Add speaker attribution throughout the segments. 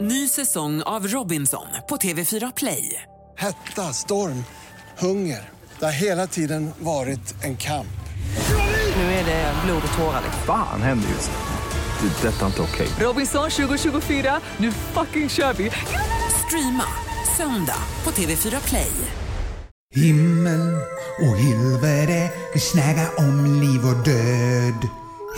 Speaker 1: Ny säsong av Robinson på TV4 Play.
Speaker 2: Hetta, storm, hunger. Det har hela tiden varit en kamp.
Speaker 1: Nu är det blod och tårar. liksom.
Speaker 3: Fan händer just nu. Det. är Detta är inte okej.
Speaker 1: Robinson 2024, nu fucking kör vi! Streama söndag på TV4 Play.
Speaker 4: Himmel och helvete, vi snäga om liv och död.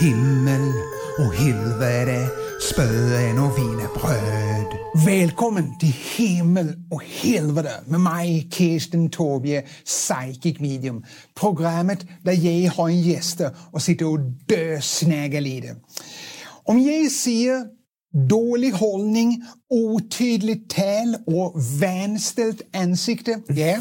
Speaker 4: Himmel och helvete, spöen och wienerbröd. Välkommen till Himmel och helvete med mig, Kirsten Torbje, psychic medium. Programmet där jag har en gäster och sitter och dösnägar lite. Om jag säger Dålig hållning, otydligt tal och vänställt ansikte. Ja,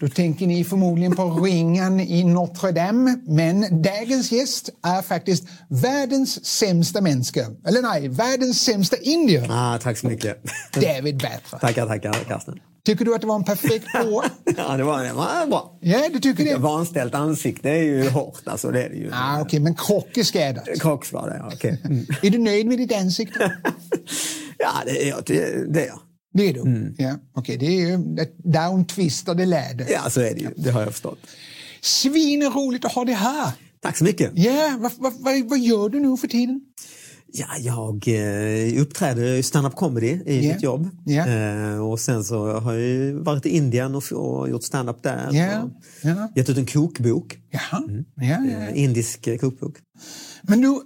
Speaker 4: då tänker ni förmodligen på ringen i Notre Dame. Men dagens gäst är faktiskt världens sämsta människa. Eller nej, världens sämsta indier.
Speaker 5: Ah, tack så mycket.
Speaker 4: David Batra.
Speaker 5: tackar, tackar, Karsten.
Speaker 4: Tycker du att det var en perfekt på?
Speaker 5: Ja, det var, det var bra.
Speaker 4: Ja, du tycker det?
Speaker 5: Vanställt ansikte är ju hårt, alltså. Det är det ju.
Speaker 4: Ah, Okej, men krock är skadat.
Speaker 5: Krocks var det, ja. Okej. Mm.
Speaker 4: Är du nöjd med ditt ansikte?
Speaker 5: Ja, det är jag. Det det är jag.
Speaker 4: Det är du? Ja, okej. Det är ju ett downtwistade läder.
Speaker 5: Ja, så är det ju. Det har jag förstått.
Speaker 4: Svinroligt att ha dig här!
Speaker 5: Tack så mycket.
Speaker 4: Ja, vad, vad, vad, vad gör du nu för tiden?
Speaker 5: Ja, jag eh, uppträder i stand-up comedy i
Speaker 4: Ja.
Speaker 5: mitt jobb.
Speaker 4: Ja.
Speaker 5: Eh, och sen så har jag ju varit i Indien och, och gjort stand-up där.
Speaker 4: Ja,
Speaker 5: Och
Speaker 4: ja.
Speaker 5: Gett ut en kokbok.
Speaker 4: Jaha. Ja, ja.
Speaker 5: Eh, indisk eh, kokbok.
Speaker 4: Men du,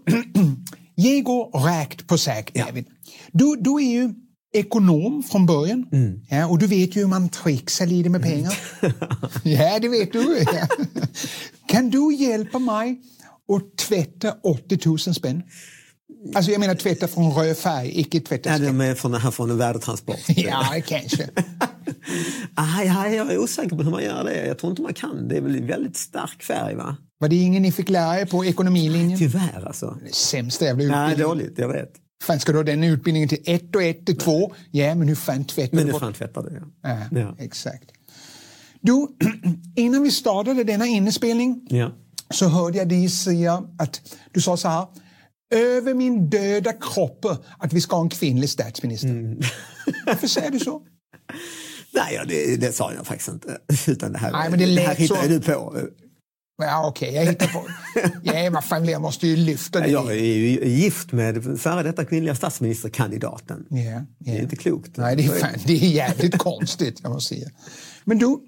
Speaker 4: jag går rakt på sak, David. Du, du är ju ekonom från början
Speaker 5: Mm.
Speaker 4: ja, och du vet ju hur man trixar lite med pengar. ja, det vet du. Ja. Kan du hjälpa mig att tvätta 80 000 spänn? Alltså jag menar tvätta från röd färg, icke tvätta
Speaker 5: Ja,
Speaker 4: spänn.
Speaker 5: de är från, här från en värdetransport.
Speaker 4: Ja, kanske.
Speaker 5: Aj, aj, Ah, jag är osäker på hur man gör det. Jag tror inte man kan. Det är väl väldigt stark färg, va?
Speaker 4: Var det ingen ni fick lära er på ekonomilinjen?
Speaker 5: Tyvärr, alltså.
Speaker 4: Sämsta jävla utbildning.
Speaker 5: Nej, dåligt. Jag vet.
Speaker 4: fan ska du ha den utbildningen till ett och ett till två? Ja, men hur fan tvättar du
Speaker 5: Men det
Speaker 4: bort?
Speaker 5: fan tvättar det.
Speaker 4: Ja,
Speaker 5: Ja. Ja.
Speaker 4: Exakt. Du, innan vi startade denna inspelning
Speaker 5: Ja.
Speaker 4: så hörde jag dig säga att du sa så här. Över min döda kropp att vi ska ha en kvinnlig statsminister.
Speaker 5: Mm.
Speaker 4: Varför säger du så?
Speaker 5: Nej, ja, det, det sa jag faktiskt inte. Utan det här,
Speaker 4: Nej, men det
Speaker 5: här
Speaker 4: lät
Speaker 5: hittade
Speaker 4: så.
Speaker 5: du på.
Speaker 4: Ja, okej, jag hittar på. Ja, vad fan, jag måste ju lyfta det.
Speaker 5: Jag är ju gift med före detta kvinnliga statsministerkandidaten.
Speaker 4: Ja,
Speaker 5: Det är
Speaker 4: ja.
Speaker 5: inte klokt.
Speaker 4: Nej, det är, fan, det är jävligt konstigt, jag måste säga. Men du,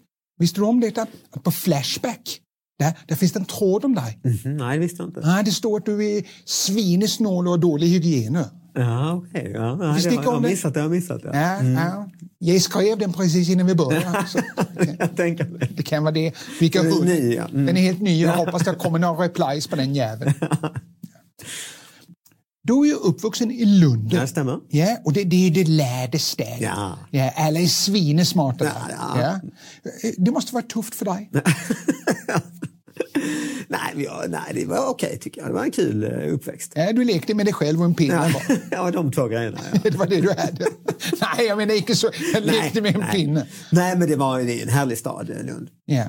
Speaker 4: visste du om detta? Att på Flashback, där, där finns det en tråd om dig.
Speaker 5: Mhm, Nej, det visste jag inte.
Speaker 4: Nej, det står att du är svinesnål och har dålig hygien. nu.
Speaker 5: Ja, okej. Ja, nej, det
Speaker 4: sticker
Speaker 5: har jag
Speaker 4: om
Speaker 5: har
Speaker 4: det.
Speaker 5: missat. Det har jag missat. Ja.
Speaker 4: Ja, ja. Jag skrev den precis innan vi började. Så det-
Speaker 5: Jag tänker mig.
Speaker 4: det kan vara det. Vilka
Speaker 5: Den är
Speaker 4: hund.
Speaker 5: ny, ja. Mm.
Speaker 4: Den är helt ny. Jag hoppas det kommer några replies på den jäveln. Du är ju uppvuxen i Lund.
Speaker 5: Ja, det stämmer.
Speaker 4: Ja, och det, det är ju det lärde stället.
Speaker 5: Ja.
Speaker 4: Ja, alla är svinesmarta. där.
Speaker 5: Ja, ja.
Speaker 4: Ja. Det måste vara tufft för dig.
Speaker 5: Nej, men jag- nej, det var okej tycker jag. Det var en kul eh, uppväxt.
Speaker 4: Ja, du lekte med dig själv och en pinne
Speaker 5: Ja,
Speaker 4: bara.
Speaker 5: ja de två grejerna. Ja.
Speaker 4: Det var det du hade. Nej, jag menar inte så. Jag lekte med en
Speaker 5: nej.
Speaker 4: pinne.
Speaker 5: Nej, men det var det är en härlig stad, eh, Lund.
Speaker 4: Ja.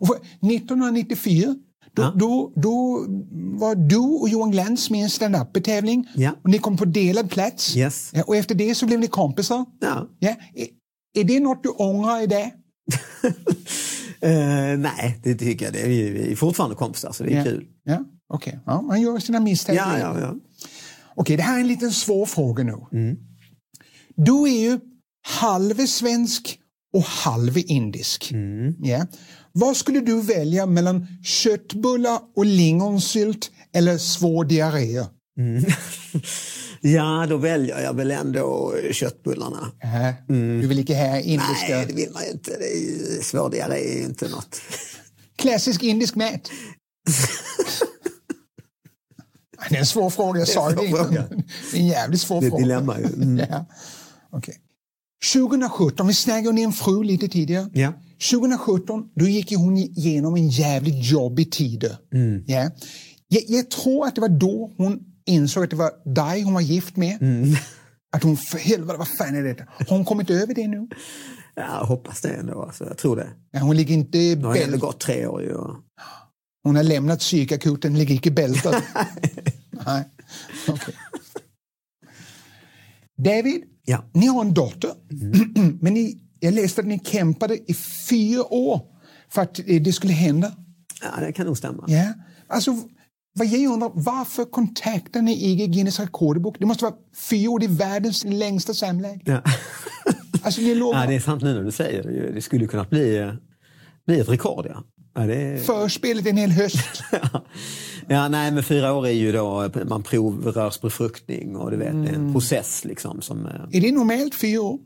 Speaker 4: Och för 1994 då,
Speaker 5: Ja.
Speaker 4: då, då var du och Johan Glans med i en standup-tävling
Speaker 5: Ja.
Speaker 4: och ni kom på delad plats.
Speaker 5: Yes.
Speaker 4: Ja, och efter det så blev ni kompisar.
Speaker 5: Ja.
Speaker 4: Ja. Är, är det något du ångrar idag?
Speaker 5: Eh, nej, det tycker jag. Det är, ju- vi är fortfarande kompisar, så det är
Speaker 4: Ja.
Speaker 5: kul.
Speaker 4: Ja, okej. Ja, man gör sina misstag.
Speaker 5: Ja, ja, ja.
Speaker 4: Okej, det här är en liten svår fråga nu. Du är ju halve svensk och halve indisk. Ja. Vad skulle du välja mellan köttbullar och lingonsylt eller svår diarré?
Speaker 5: ja, då väljer jag väl ändå köttbullarna.
Speaker 4: Äh, Du vill inte ha indiska...
Speaker 5: Nej, det vill man ju inte. Det är ju, svår diarré är ju inte något.
Speaker 4: Klassisk indisk mat. det är en svår fråga, jag sa
Speaker 5: en
Speaker 4: det
Speaker 5: svår
Speaker 4: innan.
Speaker 5: fråga.
Speaker 4: Det är en jävligt svår
Speaker 5: Det är ett
Speaker 4: fråga.
Speaker 5: dilemma ju. Mm.
Speaker 4: ja. Okej. 2017, vi snackade om din fru lite tidigare.
Speaker 5: Ja.
Speaker 4: 2017, då gick ju hon igenom en jävligt jobbig tid.
Speaker 5: Mm.
Speaker 4: Ja. Jag, jag tror att det var då hon insåg att det var dig hon var gift med.
Speaker 5: Mm.
Speaker 4: Att hon, för helvete, vad fan är detta? Har hon kommit över det nu?
Speaker 5: Ja, jag hoppas det ändå. Alltså, jag tror det.
Speaker 4: Ja, hon ligger inte i
Speaker 5: Det har ju ändå
Speaker 4: bält.
Speaker 5: gått tre år. Ju. och-
Speaker 4: Hon har lämnat psykakuten, ligger icke bältad. Nej. okej. David,
Speaker 5: Ja. Mm.
Speaker 4: ni har en dotter. Men ni, jag läste att ni kämpade i fyra år för att eh, det skulle hända.
Speaker 5: Ja, det kan nog stämma.
Speaker 4: Ja. Alltså, vad jag undrar, varför kontaktar ni IG Guinness rekordbok? Det måste vara fyra år, det är världens längsta samlag.
Speaker 5: Ja.
Speaker 4: Alltså, ni lovar
Speaker 5: ja, det är sant nu när du säger det. ju. Det skulle ju kunna bli, eh, bli ett rekord. Ja. Ja, det är...
Speaker 4: förspelet en hel höst.
Speaker 5: ja, nej, men fyra år är ju då man provrörsbefruktning och du vet, det är
Speaker 4: Mm.
Speaker 5: en process liksom som eh,
Speaker 4: är det normalt fyra år?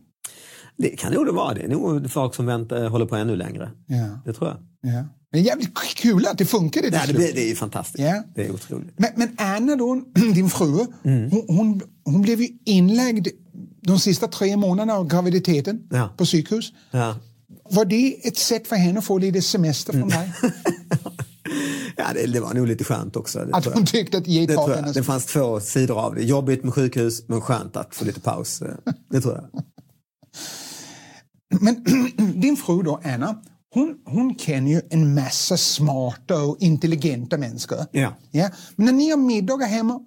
Speaker 5: Det kan nog det vara. Det är nog folk som väntar, håller på ännu längre.
Speaker 4: Ja.
Speaker 5: Det tror jag.
Speaker 4: Ja. Men jävligt kul att det funkade till
Speaker 5: Nej, det,
Speaker 4: slut.
Speaker 5: blir- det är ju fantastiskt.
Speaker 4: Ja.
Speaker 5: Det är otroligt.
Speaker 4: Men, men Anna då, din fru,
Speaker 5: Mm.
Speaker 4: hon, hon, hon blev ju inlagd de sista tre månaderna av graviditeten
Speaker 5: Ja.
Speaker 4: på sjukhus.
Speaker 5: Ja.
Speaker 4: Var det ett sätt för henne att få lite semester
Speaker 5: Mm.
Speaker 4: från dig?
Speaker 5: Ja, det, det var nog lite skönt också. Det
Speaker 4: Att
Speaker 5: tror
Speaker 4: hon
Speaker 5: jag.
Speaker 4: tyckte att ge
Speaker 5: det,
Speaker 4: tar
Speaker 5: tror jag.
Speaker 4: hennes...
Speaker 5: det fanns två sidor av det. Jobbigt med sjukhus, men skönt att få lite paus. eh, Det tror jag.
Speaker 4: Men din fru då, Anna, hon, hon känner ju en massa smarta och intelligenta människor.
Speaker 5: Ja. Mm.
Speaker 4: Ja. Men när ni har middagar hemma,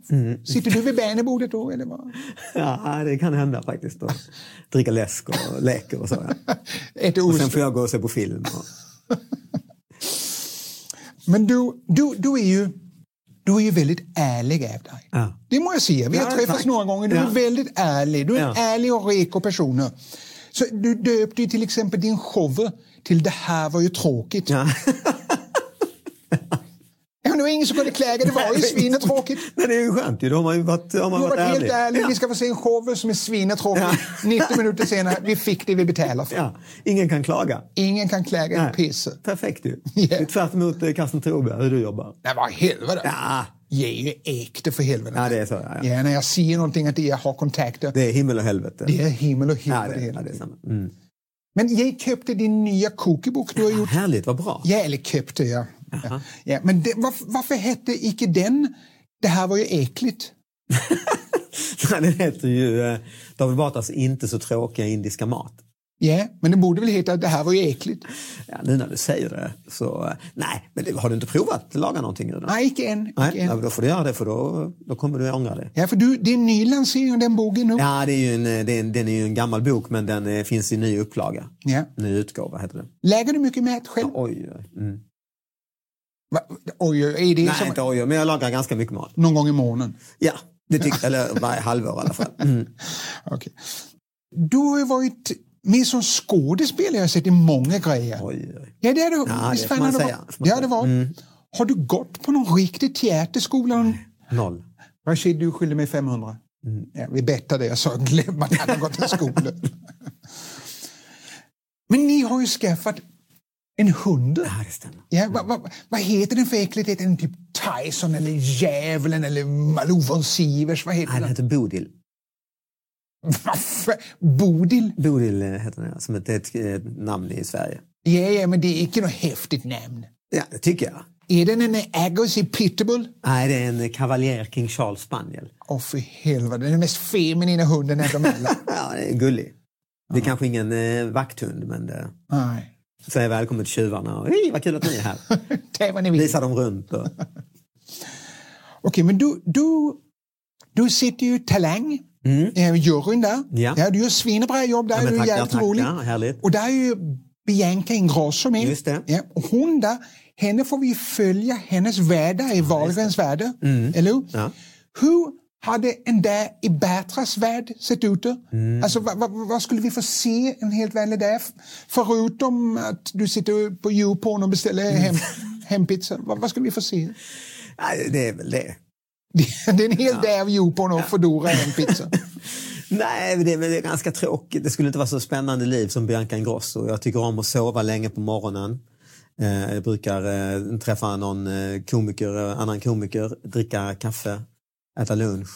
Speaker 4: sitter du vid barnebordet då? Eller vad?
Speaker 5: Ja, det kan hända faktiskt. Och dricka läsk och leker och så. Ja.
Speaker 4: Äter
Speaker 5: Och
Speaker 4: ost?
Speaker 5: sen får jag gå och se på film. Och...
Speaker 4: Men du, du, du, är ju, du är ju väldigt ärlig av dig.
Speaker 5: Ja.
Speaker 4: Det må jag säga. Vi har
Speaker 5: Ja,
Speaker 4: träffats
Speaker 5: tack.
Speaker 4: några gånger. Du
Speaker 5: Ja.
Speaker 4: är väldigt ärlig. Du är
Speaker 5: Ja.
Speaker 4: en ärlig och reko person. Så du döpte ju till exempel din show till Det här var ju tråkigt.
Speaker 5: Ja.
Speaker 4: Ja, men det var ingen som kunde klaga. Det var ju svinetråkigt.
Speaker 5: Men det är ju skönt. ju. Då har man ju varit, har
Speaker 4: Du
Speaker 5: man
Speaker 4: har
Speaker 5: varit
Speaker 4: varit helt
Speaker 5: ärlig.
Speaker 4: ärlig. Vi ska få se en show som är svinetråkig. 90 minuter senare, vi fick det vi betalade för.
Speaker 5: Ja. Ingen kan klaga.
Speaker 4: Ingen kan klaga ett piss.
Speaker 5: Perfekt ju.
Speaker 4: Ja.
Speaker 5: Det är tvärt emot eh, Carsten Thorberg, hur du jobbar.
Speaker 4: Nej, vad i helvete.
Speaker 5: Ja,
Speaker 4: Jag är ju äkta för helvete.
Speaker 5: ja det är så. Ja, ja.
Speaker 4: Ja, när jag säger någonting att jag har kontakter.
Speaker 5: Det är himmel och helvete.
Speaker 4: Det är himmel och
Speaker 5: ja,
Speaker 4: himmel.
Speaker 5: det,
Speaker 4: hela
Speaker 5: ja, det är
Speaker 4: tiden.
Speaker 5: samma. Mm.
Speaker 4: Men jag köpte din nya kokebok du har gjort.
Speaker 5: Härligt, vad bra.
Speaker 4: Ja, eller köpte jag. Ja. Ja, men det, varför, varför hette icke den Det här var ju äckligt?
Speaker 5: Nej, Den heter ju eh, David Batras Inte så tråkiga indiska mat.
Speaker 4: Ja, men den borde väl heta Det här var ju äckligt?
Speaker 5: Ja, nu när du säger det så... eh, Nej, men det, har du inte provat att laga någonting ur den?
Speaker 4: Nej, icke än. Icke
Speaker 5: Nej, ja,
Speaker 4: än.
Speaker 5: då får du göra det för då, då kommer du ångra dig.
Speaker 4: Ja, för du, det är en ny lansering av den boken nu.
Speaker 5: Ja, det är ju en, eh, det är en, den är ju en gammal bok men den eh, finns i ny upplaga.
Speaker 4: Ja.
Speaker 5: Ny utgåva heter den.
Speaker 4: Lägger du mycket mat själv?
Speaker 5: Oj, oj. Mm.
Speaker 4: Va? Oj, oj, är det
Speaker 5: Nej,
Speaker 4: som
Speaker 5: inte oj, oj, men jag lagar ganska mycket mat.
Speaker 4: någon gång i månaden?
Speaker 5: Ja, det tycker Eller varje halvår i alla fall. Mm.
Speaker 4: Okej. Du har ju varit med som skådespelare, jag har sett i många grejer.
Speaker 5: Oj, oj.
Speaker 4: Ja, det är du.
Speaker 5: Ja, det
Speaker 4: Visst
Speaker 5: får
Speaker 4: fan
Speaker 5: man
Speaker 4: har du
Speaker 5: säga. Mm.
Speaker 4: varit-
Speaker 5: Får man
Speaker 4: Det har det varit. Har du gått på någon riktig teaterskola? Någon-
Speaker 5: Noll.
Speaker 4: Rashid, du skyller mig 500.
Speaker 5: Mm.
Speaker 4: Ja, vi bettade, jag sa glöm att han har gått i skolan. Men ni har ju skaffat en hund.
Speaker 5: Ja, det stämmer.
Speaker 4: Ja, vad, vad, vad heter den för äckligt? Heter den typ Tyson eller Djävulen eller Malou von Sivers? Vad heter
Speaker 5: Nej, den
Speaker 4: den?
Speaker 5: heter Bodil.
Speaker 4: Vad för- Bodil?
Speaker 5: Bodil eh, heter den, ja, som ett, ett, eh, ett namn i Sverige.
Speaker 4: Ja, ja, men det är inte något häftigt namn.
Speaker 5: Ja, det tycker jag.
Speaker 4: Är den en Agassi Pitbull?
Speaker 5: Nej, det är en kavaljer King Charles spaniel.
Speaker 4: Åh, för helvete. Den är den mest feminina hunden av dem alla.
Speaker 5: Ja, det är gullig. Det är kanske ingen eh, vakthund, men det
Speaker 4: Nej.
Speaker 5: säger välkommen till tjuvarna. Och, Hej, vad kul att ni är här.
Speaker 4: Ta vad ni vill.
Speaker 5: Visa dem runt. Och,
Speaker 4: Okej, men du, du, du sitter ju i Talang, mm. juryn där.
Speaker 5: Ja.
Speaker 4: du gör svinebra jobb där,
Speaker 5: men
Speaker 4: du är
Speaker 5: tackar,
Speaker 4: jävligt
Speaker 5: tackar.
Speaker 4: rolig.
Speaker 5: Härligt.
Speaker 4: Och där är ju Bianca Ingrosso med.
Speaker 5: Just det.
Speaker 4: Ja, och hon där, henne får vi följa hennes vardag i Wahlgrens värld, eller hur?
Speaker 5: Mm. Ja.
Speaker 4: Hur hade en dag i Batras värld sett ut? Mm. Alltså, vad, vad, vad skulle vi få se en helt vanlig dag? Förutom att du sitter på Djurporn och beställer
Speaker 5: Mm.
Speaker 4: hem, hempizza. Vad, vad skulle vi få se?
Speaker 5: nej, det är väl det.
Speaker 4: Det det är en hel dag av Djurporn och Foodora och en pizza.
Speaker 5: Nej, men det är väl ganska tråkigt. Det skulle inte vara så spännande liv som Bianca Ingrosso. Jag tycker om att sova länge på morgonen. Eh, Jag brukar eh, träffa någon eh, komiker, eh, annan komiker, dricka kaffe, äta lunch.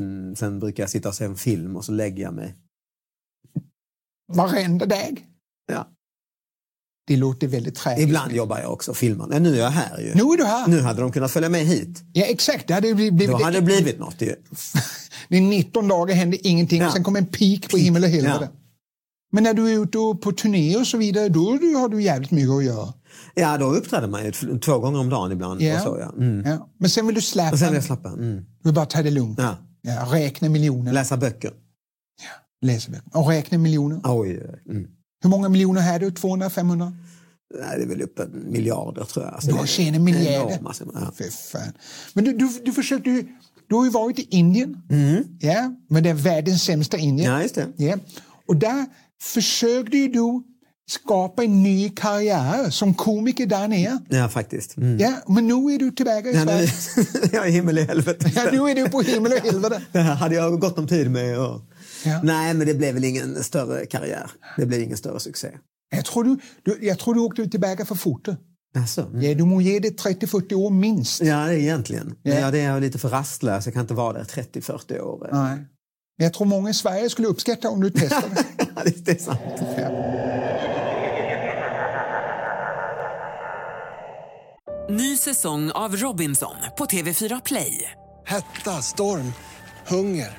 Speaker 5: Mm, sen brukar jag sitta och se en film och så lägger jag mig.
Speaker 4: Varenda dag.
Speaker 5: Ja.
Speaker 4: Det låter väldigt träligt.
Speaker 5: Ibland jobbar jag också och filmar. Nej, nu är jag här ju.
Speaker 4: Nu är du här.
Speaker 5: Nu hade de kunnat följa med hit.
Speaker 4: Ja, exakt. Det hade blivit,
Speaker 5: Då
Speaker 4: blivit,
Speaker 5: hade det blivit något ju.
Speaker 4: det är 19 dagar hände ingenting
Speaker 5: Ja.
Speaker 4: och sen kom en peak på himmel och helvete.
Speaker 5: Ja.
Speaker 4: Men när du är ute och på turné och så vidare, då är du- har du jävligt mycket att göra.
Speaker 5: Ja, då uppträder man ju t- två gånger om dagen ibland.
Speaker 4: Ja.
Speaker 5: Och så, ja. Mm.
Speaker 4: Ja. Men sen vill du släppa.
Speaker 5: Och sen är jag slappa. Mm.
Speaker 4: Du vill bara ta det lugnt.
Speaker 5: Ja.
Speaker 4: Ja, räkna miljonerna.
Speaker 5: Läsa böcker.
Speaker 4: läseböcker. Och räkna miljoner.
Speaker 5: Oj, oj, oj. mm.
Speaker 4: Hur många miljoner har du? 200? 500?
Speaker 5: Nej, det är väl upp en miljarder tror jag. Alltså,
Speaker 4: Du
Speaker 5: det
Speaker 4: har
Speaker 5: är
Speaker 4: tjänat miljarder.
Speaker 5: enorma summor, ja.
Speaker 4: Fy fan. Men du, du, du försökte ju... Du har ju varit i Indien. Ja, men det är världens sämsta Indien.
Speaker 5: Mm. Ja, just det.
Speaker 4: Ja. Och där försökte ju du skapa en ny karriär som komiker där nere.
Speaker 5: Ja, faktiskt. Mm.
Speaker 4: Ja, men nu är du tillbaka i
Speaker 5: Ja, nu,
Speaker 4: Sverige.
Speaker 5: jag är himmel i helvete.
Speaker 4: Ja, nu är du på himmel och helvete.
Speaker 5: Det här hade jag gott om tid med. Och...
Speaker 4: Ja.
Speaker 5: Nej, men det blev väl ingen större karriär. Det blev ingen större succé.
Speaker 4: Jag tror du, du, jag tror du åkte tillbaka för fort.
Speaker 5: Alltså, mm.
Speaker 4: Ja, du må ge det 30-40 år minst.
Speaker 5: Ja, det är egentligen.
Speaker 4: Ja.
Speaker 5: Ja. det är jag lite för rastlös. Jag kan inte vara där 30-40 år.
Speaker 4: Nej. Men jag tror många i Sverige skulle uppskatta om du testade.
Speaker 5: Ja, det är sant.
Speaker 1: Ny säsong av Robinson på TV4 Play.
Speaker 2: Hetta, storm, hunger.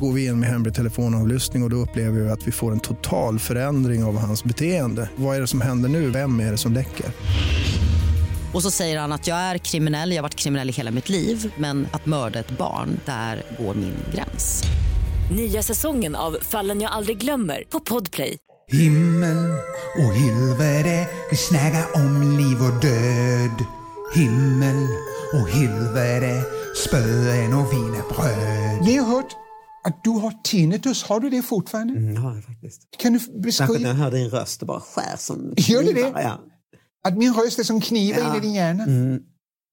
Speaker 6: går vi in med hemlig telefonavlyssning och, och då upplever vi att vi får en total förändring av hans beteende. Vad är det som händer nu? Vem är det som läcker?
Speaker 7: Och så säger han att jag är kriminell, jag har varit kriminell i hela mitt liv men att mörda ett barn, där går min gräns.
Speaker 8: Nya säsongen av Fallen jag aldrig glömmer på Podplay.
Speaker 4: Himmel och helvete, vi snackar om liv och död. Himmel och helvete, spöen och wienerbröd. Vi har hört att du har tinnitus. Har du det fortfarande?
Speaker 5: Ja, faktiskt.
Speaker 4: Kan du
Speaker 5: Särskilt när
Speaker 4: beskriva
Speaker 5: jag hör din röst. Det bara skär som
Speaker 4: Gör det
Speaker 5: knivar,
Speaker 4: det?
Speaker 5: Ja.
Speaker 4: att min röst är som knivar
Speaker 5: Ja.
Speaker 4: in i din hjärna?
Speaker 5: Mm.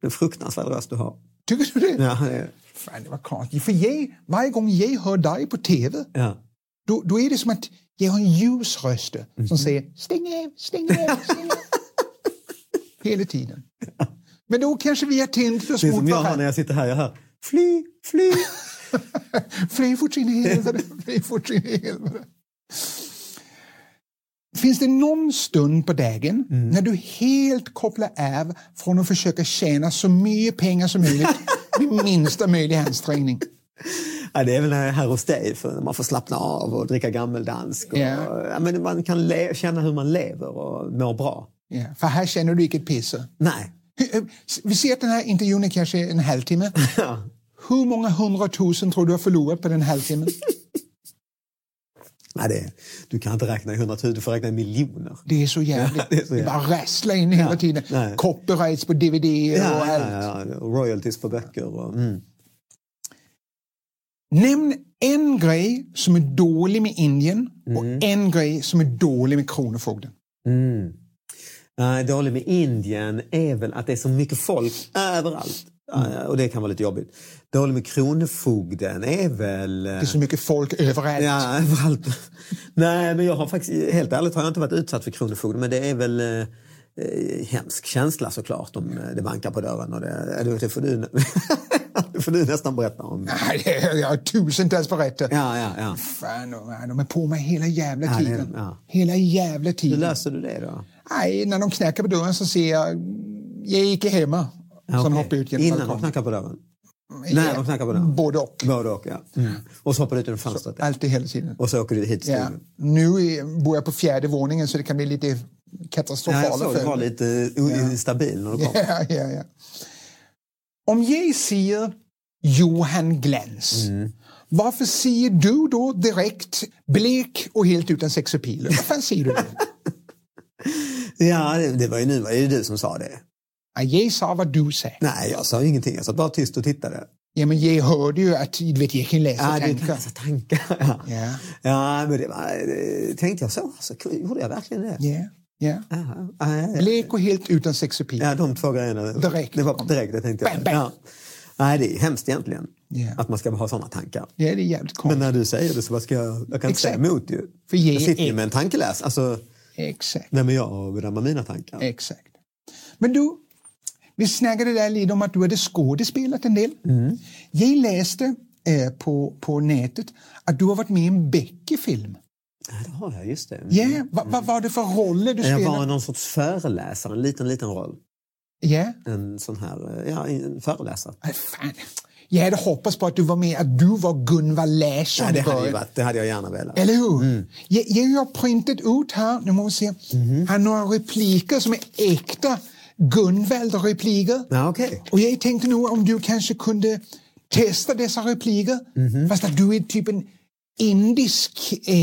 Speaker 5: En fruktansvärd röst du har.
Speaker 4: Tycker du det?
Speaker 5: Ja, det är-
Speaker 4: Fan, det var konstigt. För jag, varje gång jag hör dig på TV,
Speaker 5: ja.
Speaker 4: då, då är det som att jag har en ljus röst
Speaker 5: Mhm.
Speaker 4: som säger stäng av, stäng av, stäng av. Hela tiden. Men då kanske vi har tinnitus
Speaker 5: Det är som
Speaker 4: mot
Speaker 5: jag har när
Speaker 4: varandra.
Speaker 5: jag sitter här. Jag hör fly, fly.
Speaker 4: Fly fort in i helvete, fly fort in i helvete. Finns det någon stund på dagen
Speaker 5: Mm.
Speaker 4: när du helt kopplar av från att försöka tjäna så mycket pengar som möjligt med minsta möjliga ansträngning?
Speaker 5: Ja, det är väl när jag är här hos dig, för när man får slappna av och dricka gammeldansk. Och,
Speaker 4: Ja.
Speaker 5: ja, men man kan le- känna hur man lever och mår bra.
Speaker 4: Ja, för här känner du inget pisse.
Speaker 5: Nej.
Speaker 4: Hur- eh, Vi ser att den här intervjun är kanske en halvtimme.
Speaker 5: Ja.
Speaker 4: Hur många hundratusen tror du har förlorat på den halvtimmen?
Speaker 5: Nej, det är, du kan inte räkna i hundratusen, du får räkna i miljoner.
Speaker 4: Det är så jävligt.
Speaker 5: det är
Speaker 4: det
Speaker 5: så jävligt.
Speaker 4: bara rasslar in hela tiden.
Speaker 5: nej.
Speaker 4: Copyrights på DVD och
Speaker 5: Ja,
Speaker 4: allt.
Speaker 5: ja, ja, och royalties på böcker. Och, mm.
Speaker 4: Nämn en grej som är dålig med Indien och en grej som är dålig med Kronofogden.
Speaker 5: Mm. Eh, dålig med Indien är väl att det är så mycket folk överallt.
Speaker 4: Mm.
Speaker 5: Eh, och det kan vara lite jobbigt. Dålig med Kronofogden är väl... eh,
Speaker 4: Det är så mycket folk överallt.
Speaker 5: Ja, överallt. Nej, men jag har faktiskt, helt ärligt har jag inte varit utsatt för Kronofogden, men det är väl eh, eh, hemsk känsla såklart om eh, det bankar på dörren. Och det, det, det, får du, det får du nästan berätta om.
Speaker 4: Nej, det är- Jag har tusentals berättelser.
Speaker 5: Ja, ja, ja.
Speaker 4: Fan, de är- de är på mig hela jävla
Speaker 5: Ja, det är
Speaker 4: tiden.
Speaker 5: de, ja.
Speaker 4: Hela jävla
Speaker 5: Hur
Speaker 4: tiden.
Speaker 5: löser du det då?
Speaker 4: Nej, när de knackar på dörren så ser jag, jag gick hemma.
Speaker 5: Ja,
Speaker 4: Sen
Speaker 5: okej.
Speaker 4: hoppar jag ut genom
Speaker 5: Innan de
Speaker 4: balkongen.
Speaker 5: knackar på dörren? När de knackar på dörren?
Speaker 4: Både och.
Speaker 5: Både och, ja. Mm. Och så hoppar du ut genom fönstret?
Speaker 4: Alltid hela tiden.
Speaker 5: Och så åker du hit till
Speaker 4: Ja.
Speaker 5: studion?
Speaker 4: Nu är- bor jag på fjärde våningen så det kan bli lite
Speaker 5: Ja,
Speaker 4: katastrofala
Speaker 5: jag såg du var lite instabil när du kom.
Speaker 4: Ja, ja, ja. Om jag säger Johan Glans,
Speaker 5: Mm.
Speaker 4: varför säger du då direkt blek och helt utan sexapil? Vad fan säger du då?
Speaker 5: Ja, det, det var ju nu var det ju du som sa det.
Speaker 4: Ja, jag sa vad du sa.
Speaker 5: Nej, jag sa ingenting. Jag satt bara tyst och tittade.
Speaker 4: Ja, men jag hörde ju att du vet, jag kan läsa
Speaker 5: Ja, du
Speaker 4: tankar.
Speaker 5: kan läsa tankar. Ja.
Speaker 4: Ja.
Speaker 5: Ja, men det var, eh, tänkte jag så? Alltså, gjorde jag verkligen det?
Speaker 4: Ja, ja.
Speaker 5: Aha. Ja, ja, ja.
Speaker 4: Blek och helt utan sexapil.
Speaker 5: Ja, de två grejerna.
Speaker 4: Direkt.
Speaker 5: Det var direkt, det tänkte
Speaker 4: Bam,
Speaker 5: jag.
Speaker 4: bam.
Speaker 5: Ja. Nej, det är hemskt egentligen.
Speaker 4: Ja.
Speaker 5: Att man ska ha sådana tankar.
Speaker 4: Ja, det är jävligt
Speaker 5: Men
Speaker 4: konstigt.
Speaker 5: när du säger det så vad ska jag, jag kan inte säga
Speaker 4: Exakt.
Speaker 5: emot ju.
Speaker 4: För ge
Speaker 5: jag sitter ju
Speaker 4: är-
Speaker 5: med en tankeläs. Alltså,
Speaker 4: Exakt.
Speaker 5: vem är jag och bedöma mina tankar?
Speaker 4: Exakt. Men du, vi snackade där lite om att du hade skådespelat en del.
Speaker 5: Mm.
Speaker 4: Jag läste eh, på, på nätet att du har varit med i en Becky-film.
Speaker 5: Ja, det har jag. Just det.
Speaker 4: Ja, vad va, var det för roller du
Speaker 5: Mm. Jag
Speaker 4: spelade?
Speaker 5: var någon sorts föreläsare, en liten, liten roll.
Speaker 4: Ja,
Speaker 5: En sån här, eh, ja, en föreläsare.
Speaker 4: Nej, fan. Jag hade hoppats på att du var med, att du var Gunvar Larsson.
Speaker 5: Ja, det,
Speaker 4: i
Speaker 5: hade ju
Speaker 4: början.
Speaker 5: varit, Mm. det hade jag gärna velat.
Speaker 4: Eller hur? Jag, jag har printat ut här, nu måste vi se.
Speaker 5: Mm-hmm.
Speaker 4: Han har några repliker som är äkta Gunvald-repliker.
Speaker 5: Ja, okej.
Speaker 4: Och jag tänkte nog om du kanske kunde testa dessa repliker.
Speaker 5: Mhm.
Speaker 4: Fast att du är typ en indisk eh,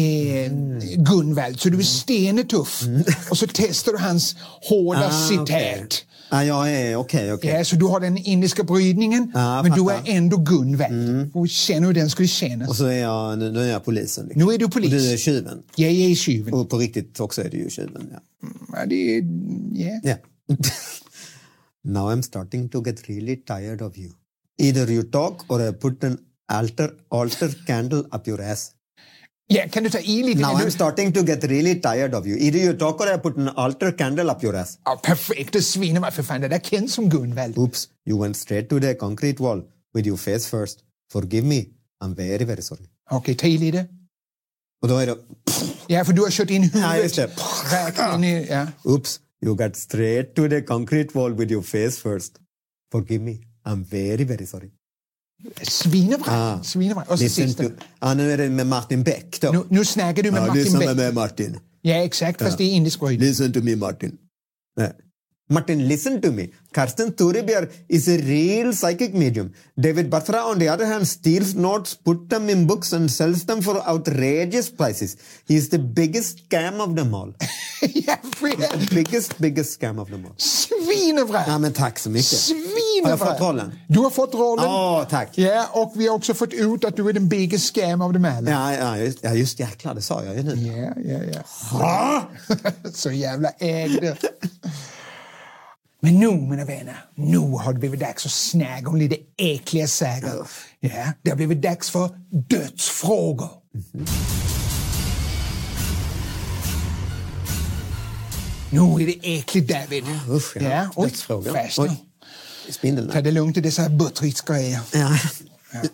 Speaker 5: Mm.
Speaker 4: Gunvald, så du är stenetuff. Och så testar du hans hårda
Speaker 5: Ah,
Speaker 4: citat.
Speaker 5: okej. Ja, jag är okej, okej.
Speaker 4: Ja, så du har den indiska brydningen,
Speaker 5: Ja,
Speaker 4: men du är
Speaker 5: fattar. Mm.
Speaker 4: ändå Gunvald. Och känner hur den skulle kännas.
Speaker 5: Och så är jag, nu, nu är jag polisen. liksom.
Speaker 4: Nu är du polis.
Speaker 5: Och du är tjuven.
Speaker 4: Jag är tjuven.
Speaker 5: Och på riktigt också är du ju tjuven. Ja.
Speaker 4: Ja, det är... ja.
Speaker 5: Yeah. Now I'm starting to get really tired of you. Either you talk or I put an altar, altar candle up your ass.
Speaker 4: Ja, kan du ta i lite?
Speaker 5: Now
Speaker 4: när du...
Speaker 5: I'm starting to get really tired of you. Either you talk or I put an altar candle up your ass.
Speaker 4: Ja, perfekt, det sviner man för fan. Det där känns som Gunvald.
Speaker 5: Oops, you went straight to the concrete wall with your face first. Forgive me. I'm very, very sorry.
Speaker 4: Okej, ta i lite.
Speaker 5: Och då är det...
Speaker 4: Ja, för du har kört in huvudet.
Speaker 5: Ja, just det.
Speaker 4: Rakt in i, ja.
Speaker 5: Oops, you got straight to the concrete wall with your face first. Forgive me. I'm very, very sorry.
Speaker 4: Svinebra.
Speaker 5: Ah.
Speaker 4: Svinebra. Och så
Speaker 5: Listen
Speaker 4: sista.
Speaker 5: to... Ah, nu är det med Martin Beck då.
Speaker 4: Nu, nu snackar du med
Speaker 5: ja,
Speaker 4: Martin
Speaker 5: lyssna
Speaker 4: Beck.
Speaker 5: med Martin.
Speaker 4: Ja, exakt. Fast det är indisk röj.
Speaker 5: Listen to me, Martin. Nej. Martin, listen to me. Karsten Thuribjer is a real psychic medium. David Batra, on the other hand, steals notes, put them in books and sells them for outrageous prices. He is the biggest scam of them all.
Speaker 4: ja, fred.
Speaker 5: biggest, biggest scam of them all.
Speaker 4: Svinebra.
Speaker 5: Ja, men tack så mycket.
Speaker 4: Svinebra.
Speaker 5: Har jag fått rollen?
Speaker 4: Du har fått rollen.
Speaker 5: Ja, tack.
Speaker 4: Ja, och vi har också fått ut att du är den biggest scam av dem alla.
Speaker 5: Ja, ja, just, ja, just jäklar, det sa jag ju nu.
Speaker 4: Ja, ja, ja. Så jävla ägde. Men nu, mina vänner, nu har det blivit dags att snacka om lite äckliga sagor. Ja, det har blivit dags för dödsfrågor. Nu är det äckligt, David.
Speaker 5: usch, ja.
Speaker 4: oj,
Speaker 5: Dödsfrågor.
Speaker 4: fast nu.
Speaker 5: Oj. Spindeln.
Speaker 4: Ta det lugnt i dessa buttriksgrejer.
Speaker 5: Ja.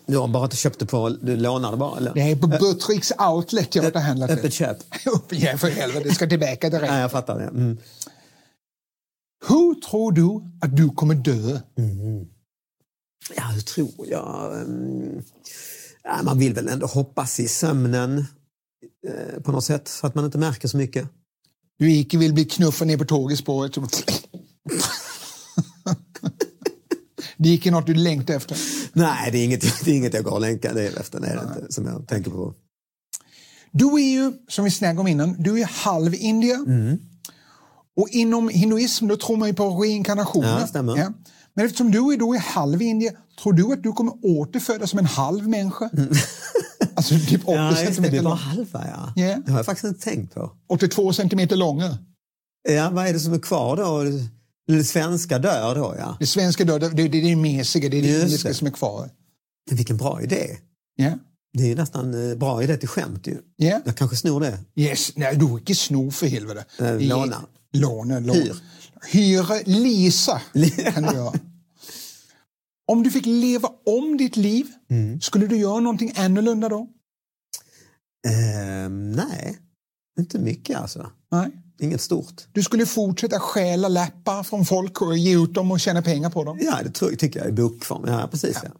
Speaker 5: Du har bara inte köpt det på, du lånade bara eller?
Speaker 4: Det är på Buttricks outlet jag har handlat det.
Speaker 5: Öppet köp.
Speaker 4: Ja, för helvete, det ska tillbaka direkt.
Speaker 5: Ja, jag fattar det. Mm.
Speaker 4: Hur tror du att du kommer dö?
Speaker 5: Ja, hur tror jag? Mm. Ja, man vill väl ändå hoppas i sömnen eh, på något sätt så att man inte märker så mycket.
Speaker 4: Du icke vill bli knuffad ner på tågspåret. Det gick ju något du längtade efter.
Speaker 5: Nej, det är inget, det är inget jag går och länkar det är efter. Det är det inte, som jag tänker på.
Speaker 4: Du är ju, som vi snackade om innan, du är halv indier.
Speaker 5: Mm.
Speaker 4: Och inom hinduism då tror man ju på reinkarnationer.
Speaker 5: Ja, stämmer.
Speaker 4: Men eftersom du är då är halv indier, tror du att du kommer återfödas som en halv människa? Alltså typ 80
Speaker 5: Mm. Ja, just det, det
Speaker 4: centimeter
Speaker 5: var
Speaker 4: lång,
Speaker 5: halva ja.
Speaker 4: Ja.
Speaker 5: Det har jag faktiskt inte tänkt på.
Speaker 4: 82 centimeter långa.
Speaker 5: Ja, vad är det som är kvar då? Det svenska dör då ja.
Speaker 4: Det svenska döda, det, det är det mesiga, det är det
Speaker 5: Just
Speaker 4: indiska
Speaker 5: det.
Speaker 4: som är kvar.
Speaker 5: Vilken bra idé.
Speaker 4: Ja.
Speaker 5: Det är ju nästan eh, bra idé till skämt ju.
Speaker 4: Ja.
Speaker 5: Jag kanske snor det.
Speaker 4: Yes, nej du inte sno för helvete.
Speaker 5: Eh,
Speaker 4: I-
Speaker 5: låna.
Speaker 4: Låna, låna.
Speaker 5: Hyr.
Speaker 4: Hyra, leasa kan du göra. Om du fick leva om ditt liv,
Speaker 5: Mm.
Speaker 4: skulle du göra någonting annorlunda då?
Speaker 5: Eh, nej, inte mycket alltså.
Speaker 4: Nej.
Speaker 5: Inget stort.
Speaker 4: Du skulle fortsätta stjäla lappar från folk och ge ut dem och tjäna pengar på dem.
Speaker 5: Ja, det tror, tycker jag i bokform. Ja, precis. Ja.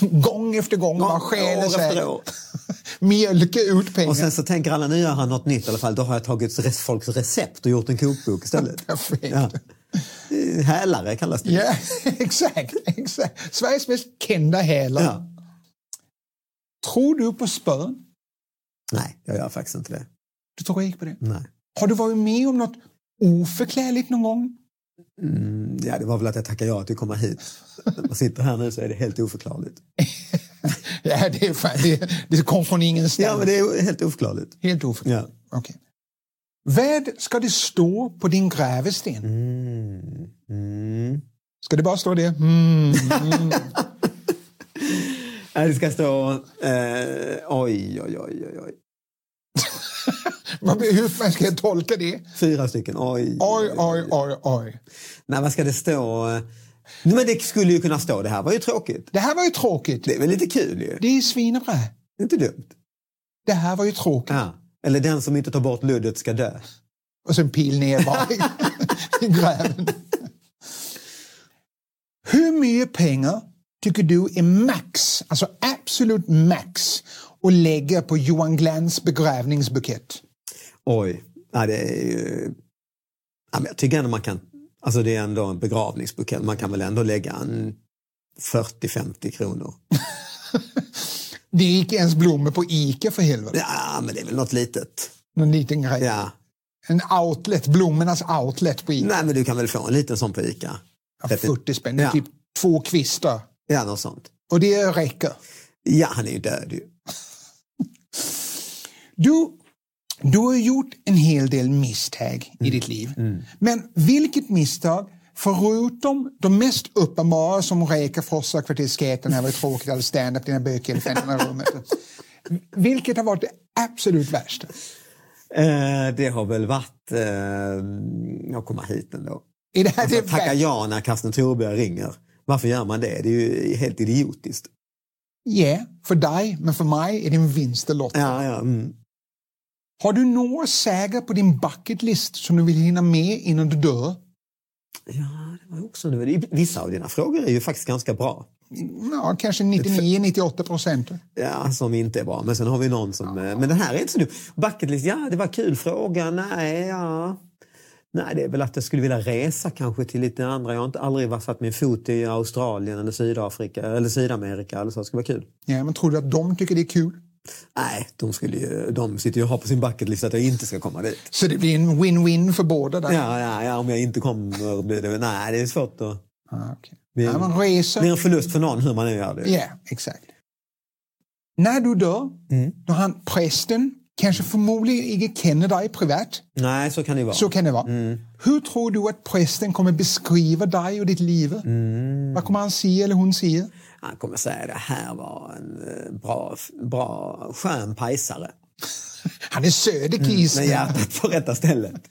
Speaker 4: Gång efter gång, bara stjäla
Speaker 5: år
Speaker 4: så här.
Speaker 5: efter år.
Speaker 4: Mjölka ut pengar.
Speaker 5: Och sen så tänker alla, nu gör han något nytt i alla fall. Då har jag tagit res- folks recept och gjort en kokbok istället.
Speaker 4: Perfekt.
Speaker 5: Ja. Eh, Hälare kallas det.
Speaker 4: Ja, exakt, exakt. Sveriges mest kända hälar.
Speaker 5: Ja.
Speaker 4: Tror du på spön?
Speaker 5: Nej, jag gör faktiskt inte det.
Speaker 4: Du tror jag gick på det?
Speaker 5: Nej.
Speaker 4: Har du varit med om något oförklarligt någon gång?
Speaker 5: Ja, det var väl att jag tackade ja till att komma hit. När man sitter här nu så är det helt oförklarligt.
Speaker 4: Ja, det, är fan, det, det kom från ingenstans.
Speaker 5: Ja, men det är helt oförklarligt.
Speaker 4: Helt oförklarligt.
Speaker 5: Ja.
Speaker 4: Okej. Vad ska det stå på din grävesten?
Speaker 5: Mm. Mm.
Speaker 4: Ska det bara stå det? Mm.
Speaker 5: Ja, Det ska stå... Eh, oj, oj, oj, oj, oj.
Speaker 4: Vad- Hur fan ska jag tolka det?
Speaker 5: Fyra stycken. Oj,
Speaker 4: Oj, oj, oj, oj.
Speaker 5: Nej, vad ska det stå? Nej, men det skulle ju kunna stå. Det här var ju tråkigt.
Speaker 4: Det här var ju tråkigt.
Speaker 5: Det är väl lite kul ju.
Speaker 4: Det är svinbra.
Speaker 5: Det är inte dumt.
Speaker 4: Det här var ju tråkigt.
Speaker 5: Ja. Eller den som inte tar bort luddet ska dö.
Speaker 4: Och så en pil ner bara i- i gräven. Hur mycket pengar tycker du är max, alltså absolut max, att lägga på Johan Glans begravningsbukett?
Speaker 5: Oj. Ja, det är ju... ja, men jag tycker ändå man kan... Alltså det är ändå en begravningsbukett. Man kan väl ändå lägga en 40-50 kronor.
Speaker 4: Det är inte ens blommor på Ica för helvete.
Speaker 5: Ja, men det är väl något litet.
Speaker 4: Någon liten grej.
Speaker 5: Ja.
Speaker 4: En outlet, blommornas outlet på Ica.
Speaker 5: Nej, men du kan väl få en liten sån på Ica.
Speaker 4: Ja, 40 spänn, det är
Speaker 5: Ja.
Speaker 4: typ två kvistar.
Speaker 5: Ja, något sånt.
Speaker 4: Och det räcker.
Speaker 5: Ja, han är ju död ju.
Speaker 4: Du, du har gjort en hel del misstag i
Speaker 5: Mm.
Speaker 4: ditt liv. Men vilket misstag, förutom de mest uppenbara som räka frossa, kvarterskät, den här var ju tråkigt, eller stand-up, dina bökelefanten i rummet. Vilket har varit det absolut värsta?
Speaker 5: Eh, det har väl varit... Eh, att komma hit ändå.
Speaker 4: Är det här det
Speaker 5: Alltså, tacka
Speaker 4: värsta?
Speaker 5: ja när Carsten Thorberg ringer. Varför gör man det? Det är ju helt idiotiskt.
Speaker 4: Ja, för dig, men för mig är det en vinst i lotten.
Speaker 5: Ja, ja. Mm.
Speaker 4: Har du några säger på din bucket list som du vill hinna med innan du dör?
Speaker 5: ja det var ju också nu. Vissa av dina frågor är ju faktiskt ganska bra.
Speaker 4: Ja, kanske 99-98 procent.
Speaker 5: Ja, som inte är bra. Men sen har vi någon som... eh, Men den här är inte så dum. Bucket list, ja det var kul fråga. Nej, ja. Nej, det är väl att jag skulle vilja resa kanske till lite andra. Jag har inte aldrig varit- satt min fot i Australien eller Sydafrika eller Sydamerika eller så. Det skulle vara kul.
Speaker 4: Ja, men tror du att de tycker det är kul?
Speaker 5: Nej, de, skulle ju, de sitter ju och har på sin bucket list att jag inte ska komma dit.
Speaker 4: Så det blir en win-win för båda där?
Speaker 5: Ja, ja, ja om jag inte kommer blir det... Nej, det är svårt att...
Speaker 4: Ah, okej.
Speaker 5: Det
Speaker 4: Ja, man
Speaker 5: är,
Speaker 4: reser.
Speaker 5: det är
Speaker 4: Ja,
Speaker 5: en förlust för någon hur man nu gör det.
Speaker 4: exakt. När du dör,
Speaker 5: Mm.
Speaker 4: då han prästen kanske förmodligen inte känner dig privat.
Speaker 5: Nej, så kan det ju vara.
Speaker 4: Så kan det vara.
Speaker 5: Mm.
Speaker 4: Hur tror du att prästen kommer beskriva dig och ditt liv?
Speaker 5: Mm.
Speaker 4: Vad kommer han säga eller hon säga?
Speaker 5: Han kommer säga det här var en eh, bra, bra skön pajsare.
Speaker 4: Han är
Speaker 5: Mm.
Speaker 4: söderkis.
Speaker 5: Med hjärtat på rätta stället.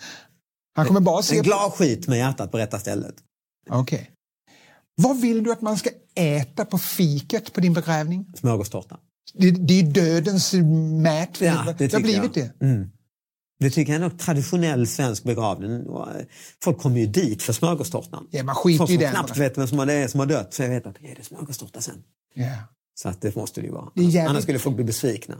Speaker 4: Han kommer bara se...
Speaker 5: En
Speaker 4: på-
Speaker 5: glad skit med hjärtat på rätta stället.
Speaker 4: Okej. Vad vill du att man ska äta på fiket på din begravning?
Speaker 5: Smörgåstårta.
Speaker 4: Det, det är dödens mat. för
Speaker 5: Ja,
Speaker 4: helvete.
Speaker 5: det
Speaker 4: det har
Speaker 5: tycker jag.
Speaker 4: blivit
Speaker 5: Mm.
Speaker 4: det.
Speaker 5: Det tycker jag är nog traditionell svensk begravning. Och, eh, Folk kommer ju dit för smörgåstårtan.
Speaker 4: Ja, man skiter
Speaker 5: Folk
Speaker 4: i
Speaker 5: som
Speaker 4: den.
Speaker 5: knappt vet vem som har- det är som har dött. Så jag vet att är det smörgåstårta sen.
Speaker 4: Ja.
Speaker 5: Så att det måste det ju vara.
Speaker 4: Det är jävligt-
Speaker 5: Annars skulle folk bli besvikna.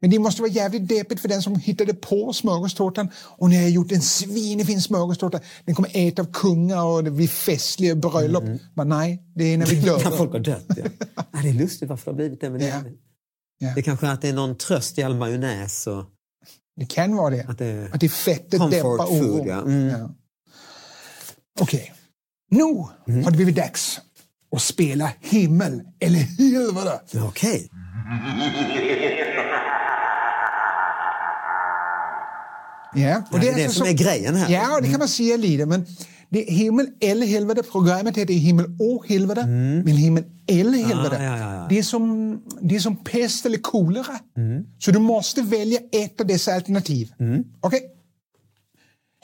Speaker 4: Men det måste vara jävligt deppigt för den som hittade på smörgåstårtan. Och när jag har gjort en svinefin smörgåstårta. Den kommer äta av kungar och det blir festliga bröllop. Men nej, det är när vi
Speaker 5: När
Speaker 4: dör.
Speaker 5: Mm. folk har dött. Ja. Ja, det är lustigt varför det har blivit det. Men det,
Speaker 4: Ja. Ja.
Speaker 5: det kanske är att det är någon tröst i all majonnäs. Och
Speaker 4: Det kan vara det.
Speaker 5: att det,
Speaker 4: Att det är fettet
Speaker 5: Comfort
Speaker 4: dämpar
Speaker 5: food,
Speaker 4: oron.
Speaker 5: ja. Mm.
Speaker 4: Ja. Okej. Nu
Speaker 5: Mm.
Speaker 4: har det blivit dags att spela himmel eller helvete.
Speaker 5: Okej.
Speaker 4: Ja, och
Speaker 5: Ja, det är det
Speaker 4: alltså
Speaker 5: som är grejen här.
Speaker 4: Ja, och det kan man säga lite. Men det är himmel eller helvete. Programmet heter himmel och helvete. Men himmel eller helvete.
Speaker 5: Mm. Ah, ja, ja, ja. Mm.
Speaker 4: Det, är som, det är som pest eller kolera. Så du måste välja ett av dessa alternativ. Okej?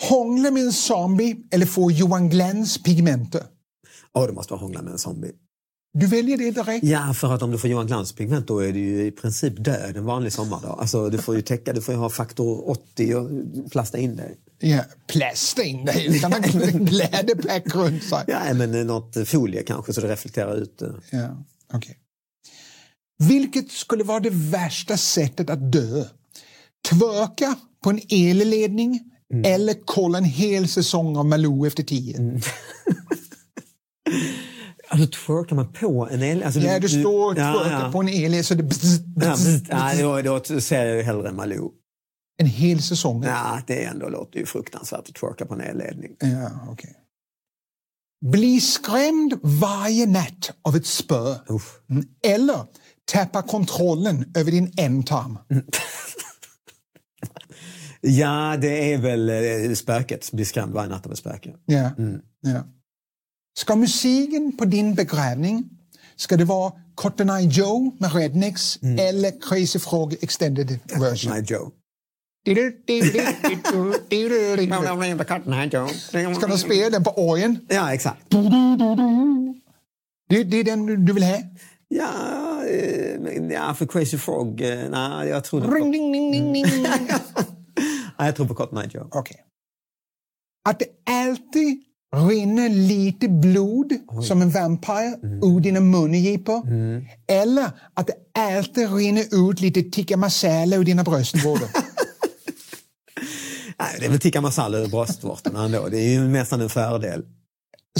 Speaker 4: Hångla med en zombie eller få Johan Glans pigmenter.
Speaker 5: Åh, det måste vara hångla med en zombie.
Speaker 4: Du väljer det direkt.
Speaker 5: Ja, för att om du får Johan Glans pigment då är du ju i princip död en vanlig sommardag. Alltså, du får ju täcka, du får ju ha faktor 80 och plasta in dig.
Speaker 4: Ja, plasta in dig utan att en glädjepack runt sig.
Speaker 5: Ja, men eh, något folie kanske så det reflekterar ut. eh.
Speaker 4: Ja, okej. Vilket skulle vara det värsta sättet att dö? Tvöka på en elledning
Speaker 5: Mm.
Speaker 4: eller kolla en hel säsong av Malou efter tio?
Speaker 5: Alltså twerkar man på en el... Alltså,
Speaker 4: Ja, du står och
Speaker 5: ja,
Speaker 4: tvökar
Speaker 5: ja.
Speaker 4: på en elledning så det bzz,
Speaker 5: Ja,
Speaker 4: bzz,
Speaker 5: precis. ja, då, då ser jag ju hellre Malou.
Speaker 4: en hel säsong.
Speaker 5: Ja, det ändå låter ju fruktansvärt att twerka på en elledning.
Speaker 4: Ja, okej. Bli skrämd varje natt av ett spö.
Speaker 5: Uff.
Speaker 4: Mm. Eller tappa kontrollen över din ändtarm.
Speaker 5: Ja, det är väl eh, spöket. Bli skrämd varje natt av ett spöke.
Speaker 4: Ja. ja. Ska musiken på din begravning, ska det vara Cotton Eye Joe med Rednecks eller Crazy Frog Extended Version?
Speaker 5: Nej, Joe.
Speaker 4: Ska de spela den på orgeln?
Speaker 5: Ja, exakt.
Speaker 4: Det, det är den du- du vill ha?
Speaker 5: Ja, eh, men- ja för Crazy Frog. eh, Nej, jag tror det. Mm.
Speaker 4: Ring, ding, ding, ding, ding.
Speaker 5: Nej, jag tror på Cotton Eye Joe.
Speaker 4: Okej. Att det alltid rinner lite blod som en vampyr ur dina mungipor. Eller att det alltid rinner ut lite tikka masala ur dina bröstvårtor.
Speaker 5: Nej, det är väl tikka masala ur bröstvårtorna ändå. Det är ju nästan en fördel.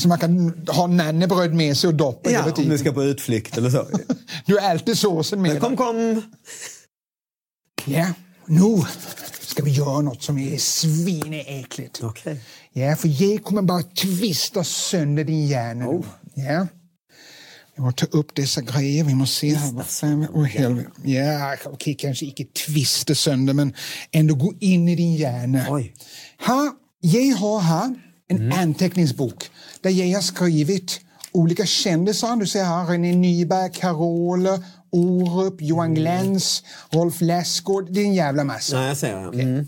Speaker 4: så man kan ha nannebröd med sig och doppa
Speaker 5: Ja,
Speaker 4: över
Speaker 5: om
Speaker 4: tiden.
Speaker 5: du ska på utflykt eller så.
Speaker 4: Du är alltid såsen med
Speaker 5: Men kom,
Speaker 4: dig.
Speaker 5: kom!
Speaker 4: Ja, nu ska vi göra något som är svinäckligt.
Speaker 5: Okej.
Speaker 4: Ja, för jag kommer bara tvista sönder din hjärna.
Speaker 5: Oh.
Speaker 4: nu. Ja. Vi måste ta upp dessa grejer. Vi måste se här. Vad fan, åh helvete. Ja, okej, kanske inte tvista sönder, men ändå gå in i din hjärna.
Speaker 5: Oj.
Speaker 4: Här, jag har här en
Speaker 5: Mm.
Speaker 4: anteckningsbok där jag har skrivit olika kändisar. Du ser här René Nyberg, Carola, Orup, Johan Glans, Rolf Lassgård. Det är en jävla massa.
Speaker 5: Mm. Nej, jag ser det. Mm.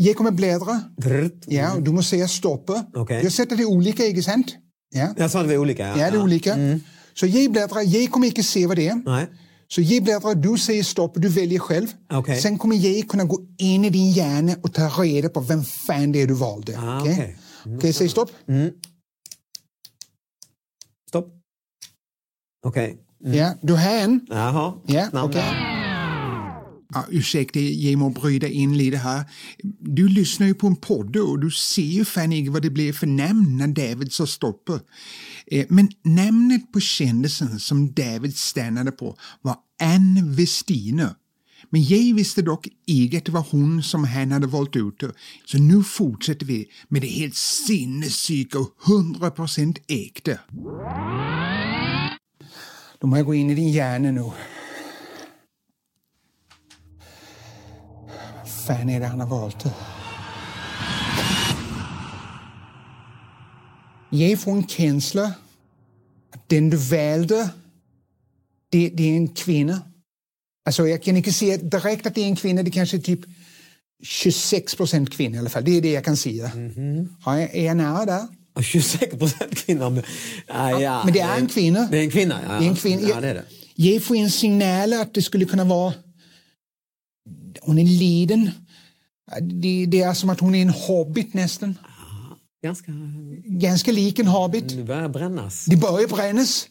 Speaker 4: Jag kommer bläddra.
Speaker 5: Brrt.
Speaker 4: Ja, och du måste säga stopp.
Speaker 5: Mm. Okej.
Speaker 4: Jag sätter det olika, inte sant? Ja,
Speaker 5: Jag sa att vi är olika.
Speaker 4: ja det är olika. Så jag bläddrar, jag kommer inte se vad det är.
Speaker 5: Mm. Nej.
Speaker 4: Så jag bläddrar, du säger stopp, du väljer själv.
Speaker 5: Okej.
Speaker 4: Sen kommer jag kunna gå in i din hjärna och ta reda på vem fan det är du valde.
Speaker 5: Ah,
Speaker 4: Okej,
Speaker 5: okej.
Speaker 4: Okej, säg stopp.
Speaker 5: Stopp. Okej.
Speaker 4: Ja, du har en.
Speaker 5: Jaha.
Speaker 4: Ja,
Speaker 5: Namn.
Speaker 4: okej. Ja, ursäkta, jag må bryta in lite här. Du lyssnar ju på en podd och du ser ju fan inte vad det blir för namn när David sa stopp. Eh, Men namnet på kändisen som David stannade på var Ann Westine. Men jag visste dock inte att det var hon som han hade valt ut. Så nu fortsätter vi med det helt sinnessjuka och 100% äkta. Då må jag gå in i din hjärna nu. Vad fan är det han har valt? Jag får en känsla att den du valde, det, det är en kvinna. Alltså jag kan inte säga direkt att det är en kvinna, det kanske är typ 26 procent kvinna i alla fall. Det är det jag kan säga. Har jag, är jag nära där?
Speaker 5: Ja, 26 procent kvinna. Ja, ja.
Speaker 4: men det är en kvinna.
Speaker 5: Det är en kvinna, ja.
Speaker 4: Det är en kvinna.
Speaker 5: Ja, det är det.
Speaker 4: Jag får en signal att det skulle kunna vara... Hon är liden. Det, det är som att hon är en hobbit nästan.
Speaker 5: Ganska...
Speaker 4: Ganska lik en hobbit.
Speaker 5: Nu börjar jag brännas.
Speaker 4: Det börjar brännas.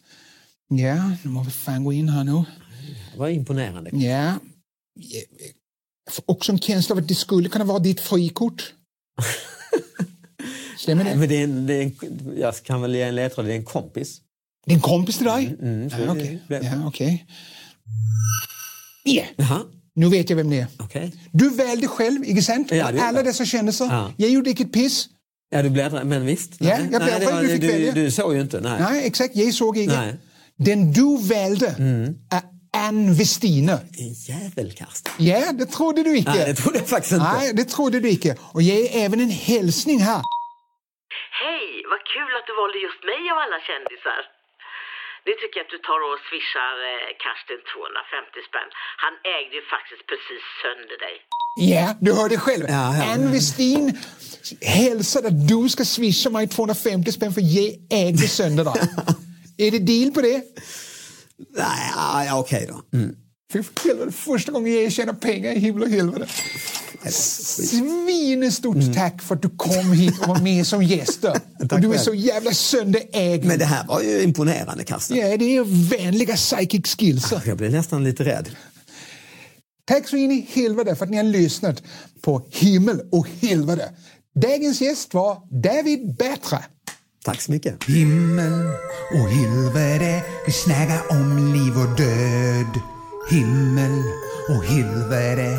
Speaker 4: Ja, nu måste vi fan gå in här nu.
Speaker 5: Det var imponerande.
Speaker 4: Ja. Jag får också en känsla av att det skulle kunna vara ditt frikort. Stämmer det?
Speaker 5: Men det är en, det är en, jag kan väl ge en ledtråd. Det är en kompis.
Speaker 4: Det är en kompis till dig?
Speaker 5: Mm,
Speaker 4: ja, okej.
Speaker 5: det-
Speaker 4: Ja, okej. Ja,
Speaker 5: Jaha,
Speaker 4: nu vet jag vem det är.
Speaker 5: okej.
Speaker 4: Du valde själv, inte sant?
Speaker 5: Ja, det-
Speaker 4: Alla dessa kändisar.
Speaker 5: Ja.
Speaker 4: Jag gjorde inget piss.
Speaker 5: Ja, du bläddrar. Men visst.
Speaker 4: Ja, jag
Speaker 5: nej,
Speaker 4: bläddrar,
Speaker 5: det var-
Speaker 4: du fick välja.
Speaker 5: du, du såg ju inte. Nej.
Speaker 4: Nej, exakt. Jag såg inget.
Speaker 5: Nej. Mm.
Speaker 4: Den du valde är Ann Westine.
Speaker 5: En jävelkast.
Speaker 4: Ja, det trodde du inte.
Speaker 5: Nej, det trodde jag faktiskt inte.
Speaker 4: Nej, det trodde du inte. Och jag är även en hälsning här.
Speaker 7: Hej, vad kul att du valde just mig av alla kändisar. Nu tycker jag att du tar och swishar eh, Karsten 250 spänn. Han ägde ju faktiskt precis sönder dig.
Speaker 4: Ja, du hörde själv.
Speaker 5: Ja, ja.
Speaker 4: Ann Westin hälsade att du ska swisha mig 250 spänn för jag ägde sönder dig. är det deal på det?
Speaker 5: Nej, ja, ja, okej då. Mm.
Speaker 4: Fy för helvete, första gången jag tjänar pengar i himmel och helvete. Svinestort
Speaker 5: Mm.
Speaker 4: tack för att du kom hit och var med som gäst. och du är
Speaker 5: själv.
Speaker 4: så jävla sönderägd.
Speaker 5: Men det här var ju imponerande, Karsten.
Speaker 4: Ja, det är vänliga psychic skills.
Speaker 5: Jag blir nästan lite rädd.
Speaker 4: Tack så in i helvete för att ni har lyssnat på Himmel och helvete. Dagens gäst var David Batra.
Speaker 5: Tack så mycket.
Speaker 9: Himmel och helvete, vi snackar om liv och död. Himmel och helvete,